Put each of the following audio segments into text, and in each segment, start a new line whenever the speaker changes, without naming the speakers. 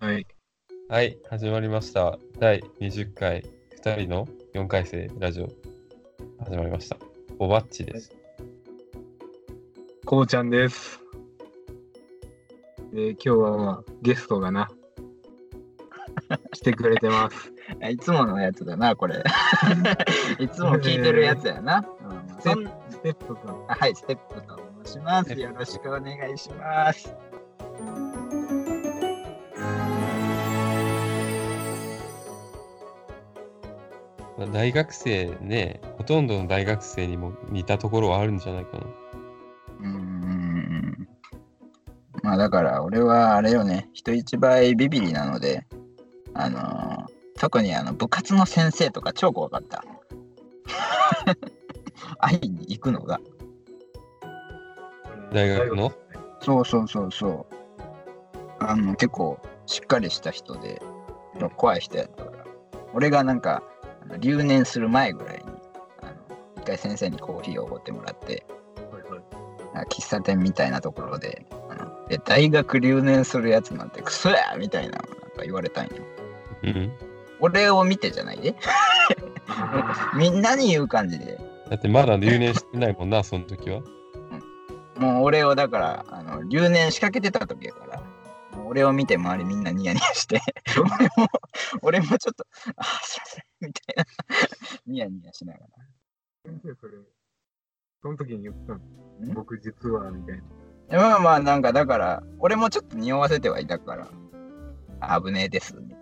はい。
はい、始まりました。第20回、2人の4回生ラジオ、始まりました。おばっちです。
こうちゃんです。で、今日はまあ、ゲストがな、来てくれてます。
いつものやつだな、これ。いつも聞いてるやつやな。うん、そん
ステップさん。
あはい、ステップと申します。よろしくお願いします。
まあ大学生ね、ほとんどの大学生にも似たところはあるんじゃないかな。
うーん。まあだから、俺はあれよね、人一倍ビビリなので、あのー特にあの部活の先生とか超怖 かった。会いに行くのが。
大学の
そうそうそうそう。あの、結構しっかりした人で、
うん
怖い人やったから。俺がなんか、あの留年する前ぐらいに、あの一回先生にコーヒーをおごってもらって、
はいはい
なんか喫茶店みたいなところで、あのいや大学留年するやつなんてクソやみたいなのなんか言われたんよ。
うん。
俺を見てじゃないで、
あ
みんなに言う感じで、
だってまだ留年してないもんな、その時は。
もう俺をだから、あの留年仕掛けてた時やから、もう俺を見て周りみんなニヤニヤして、
ー
俺も、俺もちょっと、あ、すいません、みたいな、ニヤニヤしながら。
先生、それ、その時に言ったの
ん
僕実は、みたいな。
いやまあまあなんかだから俺もちょっと匂わせてはいたからあ危ねえですみたい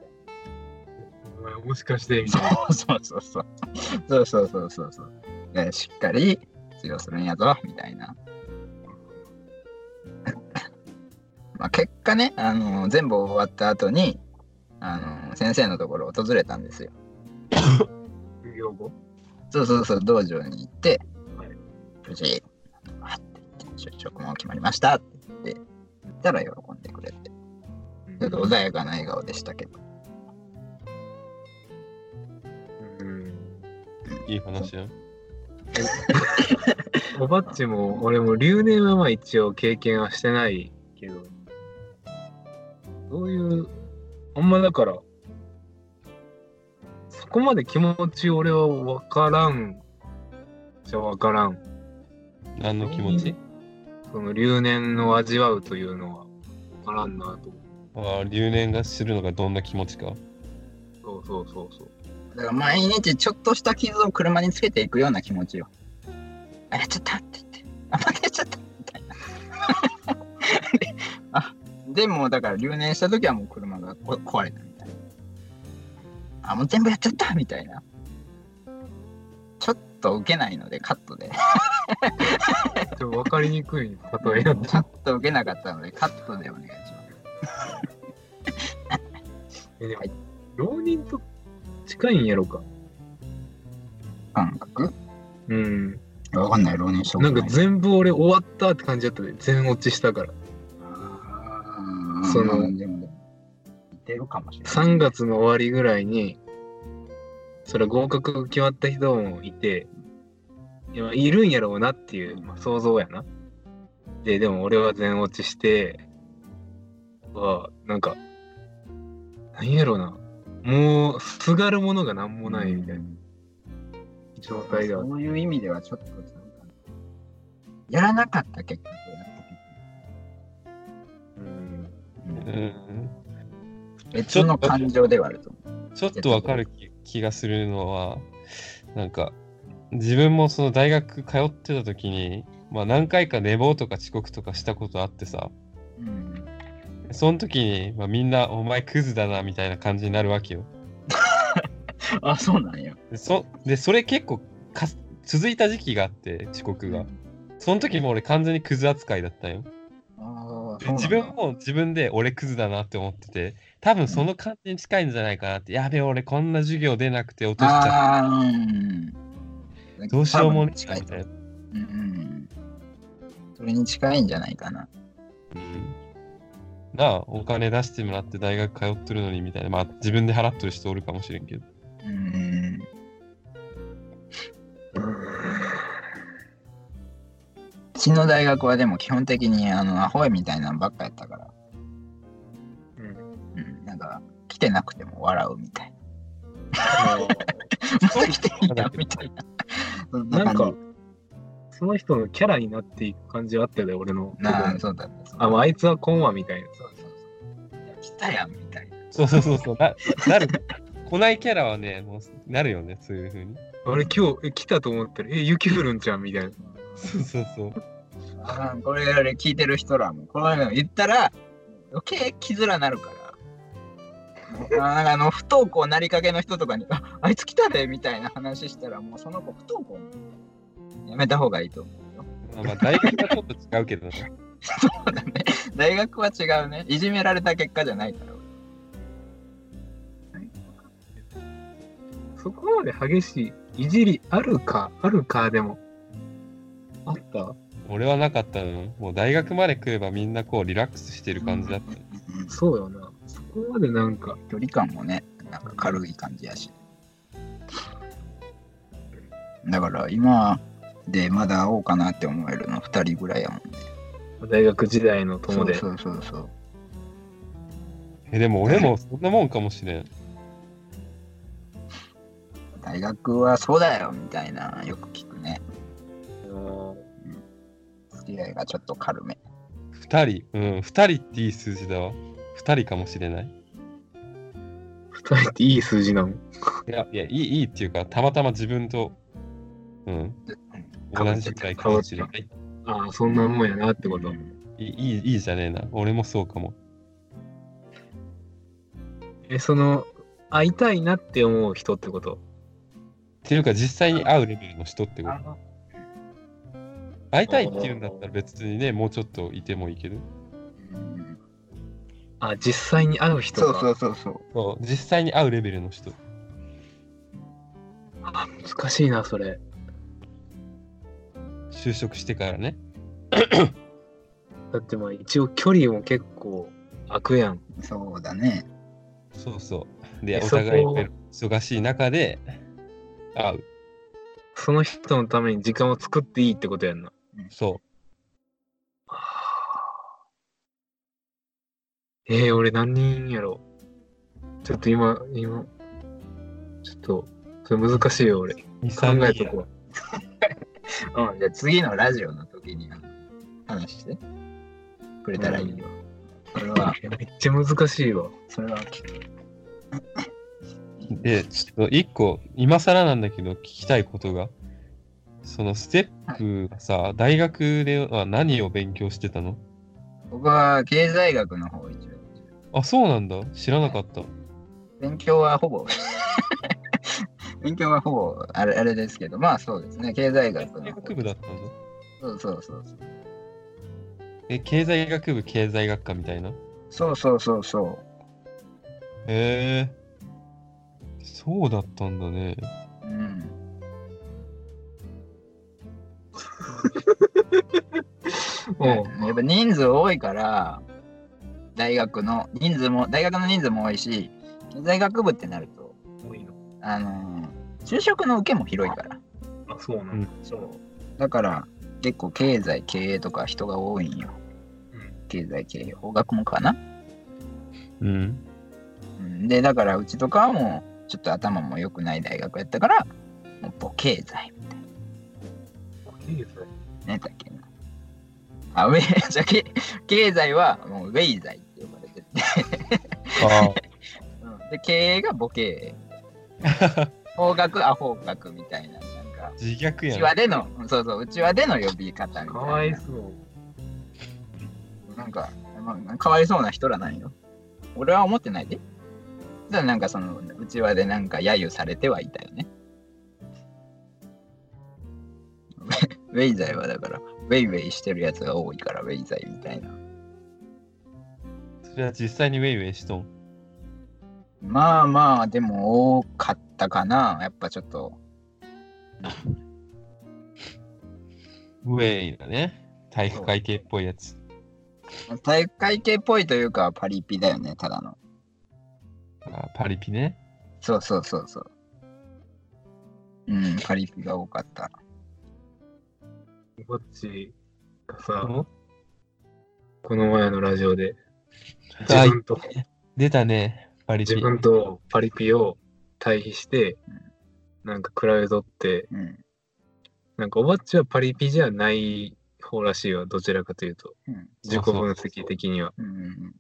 お前もしかして、みたいな。
な そうそうそうそうそうそうそうそうでしっかり通用するんやぞみたいな まあ結果ねあの全部終わった後にあの先生のところを訪れたんですよ
授業後。
そうそうそう道場に行って
はい
無事あって言って就職も決まりましたって言って言ったら喜んでくれてちょっと穏やかな笑顔でしたけど
うん
いい話やん。
おばっちも、俺も留年はまあ一応経験はしてないけど、そういう、あんまだから、そこまで気持ち俺は分からん、じゃ分からん。
何の気持ち
その留年を味わうというのは分からんなと
ああ、留年がするのがどんな気持ちか。
思う。そうそうそうそう。
だから毎日ちょっとした傷を車につけていくような気持ちよ。あ、やっちゃったって言って。あ、負けちゃったみたいな。あ、 でもだから留年した時はもう車がこ壊れたみたいな。あ、もう全部やっちゃったみたいな。ちょっと受けないのでカット
ち
で。
ょっと分かりにくい例え
ち
だ
ょ
っ。
ったと受けなかったのでカットでお願いします。
えでも浪人と近いんやろか。
感覚
うん。
わかんない、浪人症
なんか全部俺終わったって感じだったで、全落ちしたから。そ
そ
の
の、でもでも似てるかもしれない。
3月の終わりぐらいに、それ合格が決まった人もいて、いやいるんやろうなっていう、まあ、想像やな。で、でも俺は全落ちして、は、なんか、なんやろうな。もう、すがるものがなんもないみたいな
な。
状態が。
そういう意味ではちょっとなんかやらなかった結局やった
うん
結
う
局
ん。
別の感情ではあると思う。
ちょっとわかる気気がするのは、なんか、自分もその大学通ってた時に、まあ何回か寝坊とか遅刻とかしたことあってさ、
うん、
その時に、まあ、みんなお前クズだなみたいな感じになるわけよ。
あ、そうなんや。
で、そでそれ結構か続いた時期があって、遅刻が。その時も俺完全にクズ扱いだったよ。
ああ、
で
そうなんだ
自分も自分で俺クズだなって思ってて、多分その感じに近いんじゃないかなって、やべえ俺こんな授業出なくて落としちゃった。
ああ、うん。
どうしようもねえ
近
ないみたいな。
うんうん。それに近いんじゃないかな。
うんなあ、お金出してもらって大学通ってるのにみたいな。まあ、自分で払っとる人おるかもしれんけど。
うん。うちの大学はでも基本的にあのアホみたいなのばっかやったから。
うん
うん、なんなんか来てなくても笑う みたい
あ
な。まだ来ていたみたいな。そん
ー なんか
感じ、
その人のキャラになっていく感じはあったよね、俺の。
なあ、そうだね。
あ、もうあいつはコンマみたいな。
そうそうそう。いや来たやんみたいな。
そうそうそうそうななる来ないキャラはねもうなるよねそういう風に
俺今日え来たと思ったら、え、雪降るんちゃんみたいな。
そうそうそう
あーこれあれ聞いてる人らも、こういうの言ったら、余計来づらな るから。あーなんかあの不登校なりかけの人とかに「ああいつ来たで」みたいな話したらもうその子不登校にやめた方がいいと思うよ。
まあまあ大学はちょっと違うけどね
そうだね。大学は違うね。いじめられた結果じゃないから。
そこまで激しいいじりあるか、あるかでも。あった
俺はなかったのもう大学まで来ればみんなこうリラックスしてる感じだったね
そうよな。そこまでなんか、
距離感もねなんか軽い感じやしだから今でまだ会おうかなって思えるの2人ぐらいやもん
大学時代の友で。
そうそうそうそう
えでも俺もそんなもんかもしれん
大学はそうだよみたいなよく聞くね付き合いがちょっと軽め
二人うん二人っていい数字だわ二人かもしれない
二人っていい数字なの。
いやいやいいいいっていうかたまたま自分とうん同じくらいかもしれない
ああ、そんなもんやなってこと。
いいいいいいじゃねえな俺もそうかも
え、その、会いたいなって思う人ってこと
っていうか実際に会うレベルの人ってこと
あの
会いたいっていうんだったら別にねもうちょっといてもいいけど
うん
あ、実際に会う人
そ
か
うそうそうそう
そう実際に会うレベルの人
あ難しいな、それ。
就職してからね
だってまあ一応距離も結構空くやん。
そうだね
そうそう
え
でお互い
そこ
忙しい中で会う
その人のために時間を作っていいってことやんな。
そ
えー、俺何人やろちょっと今、今、ちょっと、それ難しいよ、俺。考
う23
えと
人や
こう。
うんじゃあ次のラジオの時にあの話してくれたらいいよ、それは
めっちゃ難しいわ。
それは聞 く
でちょっと一個今更なんだけど聞きたいことがそのステップがさ大学では何を勉強してたの
僕は経済学の方一応
あそうなんだ知らなかった
勉強はほぼ 勉強はほぼあれあれですけどまあそうですね経済学の
学部だったんだ
そうそうそうそう
え経済学部経済学科みたいな
そうそうそうそ
へえそうだったんだね
ううん
うん。
やっぱ人数多いから大学の人数も大学の人数も多いし経済学部ってなると
多いの
あのー就職の受けも広いから
あ、そうなんだ。そう。
だから結構経済経営とか人が多いんよ
うん
経済経営法学もかな
うん
うんでだからうちとかはもうちょっと頭も良くない大学やったからもうボ経済
いいですね。
ねだっけなあウェイ じゃあけ経済はもうウェイ財って呼ばれてて、
あ
うんで経営がボ経営
あ
法学ア法学みたいななんか
自虐
う
や
ち
ん
わでのそうそううちわでの呼び方み
かわ
たい
い
な
そう。
なんか、まあ、かわいそうな人らなんよ俺は思ってないでただなんかそのうちわでなんか揶揄されてはいたよね ウェイ財はだからウェイウェイしてるやつが多いからウェイ財みたいな
それは実際にウェイウェイしとん
まあまあでも多かったかなやっぱちょっと
ウェイだね体育会系っぽいやつ
体育会系っぽいというかパリピだよねただの
あパリピね
そうそうそうそううんパリピが多かった
ぼっちがさ、
うん
この前のラジオで、
はい
自分と
出たねパリピ
自分とパリピを対比してなんか比べとって
うん。
なんかおばっちはパリピじゃない方らしいわどちらかというと
うん。
自己分析的には。
うんうん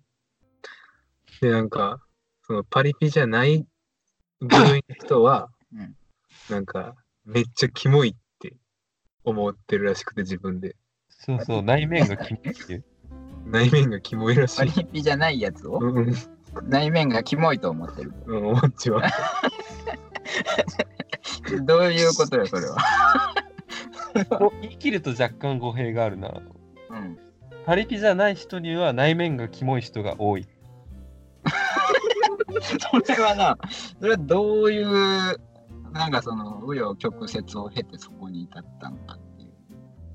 でなんかそのパリピじゃない部員の人は、
うん
なんかめっちゃキモいって思ってるらしくて自分で
そうそう、内面が気にって いう。
内面がキモいらし
パ
い。
リピじゃないやつを
うんうん
内面がキモいと思ってる。
うん、おばっちは。
どういうことよ、それは。
こう言い切ると若干語弊があるな。
うん。
パリピじゃない人には内面がキモい人が多い。
それはな、それはどういう、なんかその、紆余曲折を経てそこに至ったのかっていう。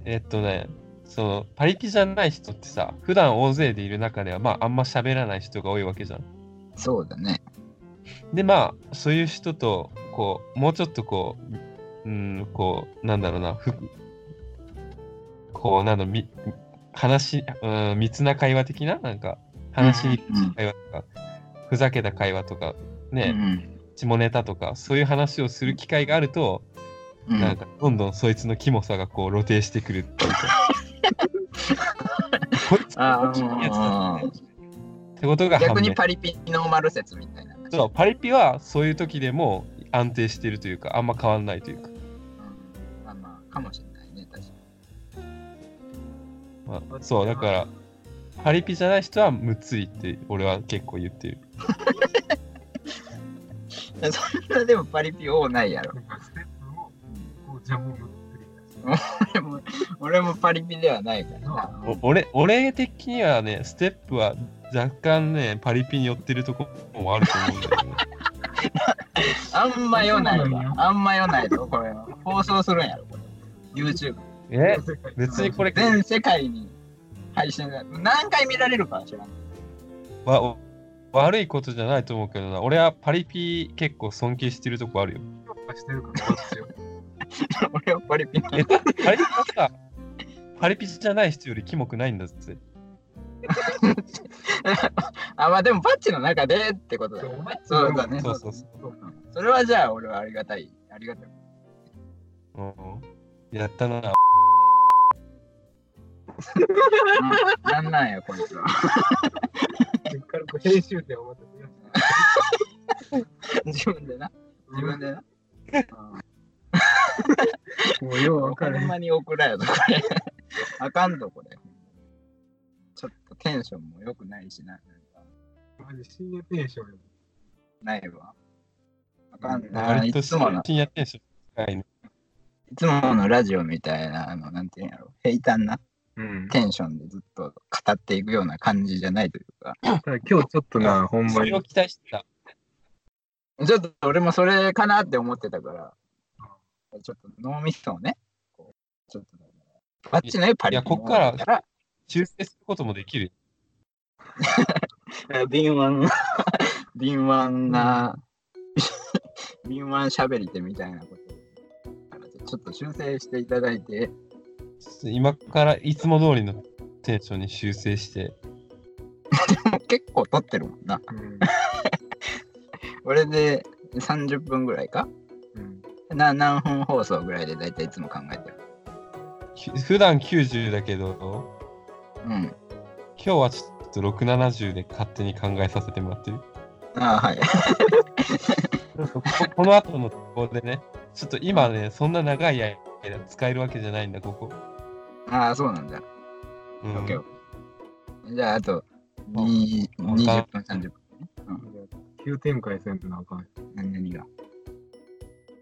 えっとね、そのパリピじゃない人ってさ、普段大勢でいる中では、まあ、あんま喋らない人が多いわけじゃん。
そうだね。
で、まあ、そういう人と、こう、もうちょっとこう、うん、こう、なんだろうな、ふこう、なんだろうみ、話、うん、密な会話的な、なんか、話に
うんうん
会話とか、ふざけた会話とか、ね、
うん
下ネタとかそういう話をする機会があると、
うん。
なんかどんどんそいつのキモさがこう露呈してくるっていう かこいつ
あ
キモいやつだ
ー
ってことが判
逆
明
にパリピノーマル説みたいな。
そうパリピはそういう時でも安定してるというかあんま変わんないというか
うんまあまあ、かもしれないね、確か
まあ、そうだからパリピじゃない人はむっつりって俺は結構言ってる
に。そんなでもパリピ王ないやろ。
ステップも、こう、じゃもむっ
俺も俺もパリピではないからな。
お俺俺的にはねステップは若干ねパリピに寄ってるとこもあると思うんだよね
あんまよない
そうな
わ
んよ。
あんまよないぞ、これ。放送するんやろ、これ。YouTube。
え
つり。
別にこれ
全世界に配信だ。何回見られるかは知らん。
わお悪いことじゃないと思うけどな俺はパリピ結構尊敬してるとこあるよ
評価してるから、おばっちを。
俺はパリピの。
えだってパリピはさパリピじゃない人よりキモくないんだって
あ、まあでもパッチの中でってことだ
そう
よ
おばっち
そうだね。
そうそうそ
うんそれはじゃあ俺はありがたい。ありがたい。
うん、やったな
うんなんなんや、こいつは。
そっからこう編集点をまた増やし
自分でな。
て
自分でな。うん
もうよう分か
ほ
る
ん。まに送らよと、これ。あかんぞ、これ。ちょっとテンションも良くないしな。なんか
マジ深夜テンションよ。
ないわ。あかんな。い
割と
つ
深
もの、
夜テンション高いね
いつものラジオみたいな、あの、なんていうんやろ。平坦な
うん。
テンションでずっと語っていくような感じじゃないというか。
ただ今日ちょっとな、ほん
そ
まに
れを。期待してた
ちょっと俺もそれかなって思ってたから、ちょっと脳みそをね、こうちょっとだから、バッチのね、パリ
いやこっから修正することもできる
ら、敏腕、敏腕な、敏腕喋り手みたいなことをちょっと修正していただい
ちょ
て、
っと今からいつも通りのテンションに修正して
結構撮ってるもんな。
うん
これで30分ぐらいか
うん
な何分放送ぐらいで大体いつも考えてる。
き普段90だけど
うん。
今日はちょっと670で勝手に考えさせてもらってる
ああ、はい。
こ この後のところでね、ちょっと今ね、そんな長い間使えるわけじゃないんだ、ここ。
ああ、そうなんだ。
うん
オッケー。じゃあ、あと
うん
に
うん
20分、30分。
急展開せんとなあかん。
何々が。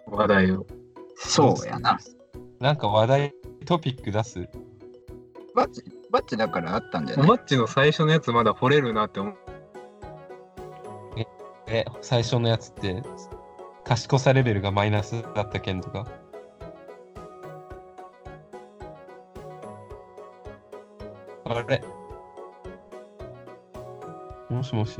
話題を。
そうやな。。
なんか話題、トピック出す。
バッチ、バッチだからあったんじゃ
お
ない
ばっちの最初のやつまだ掘れるなって思う。
え、最初のやつって、賢さレベルがマイナスだった件とか。あれもしもし。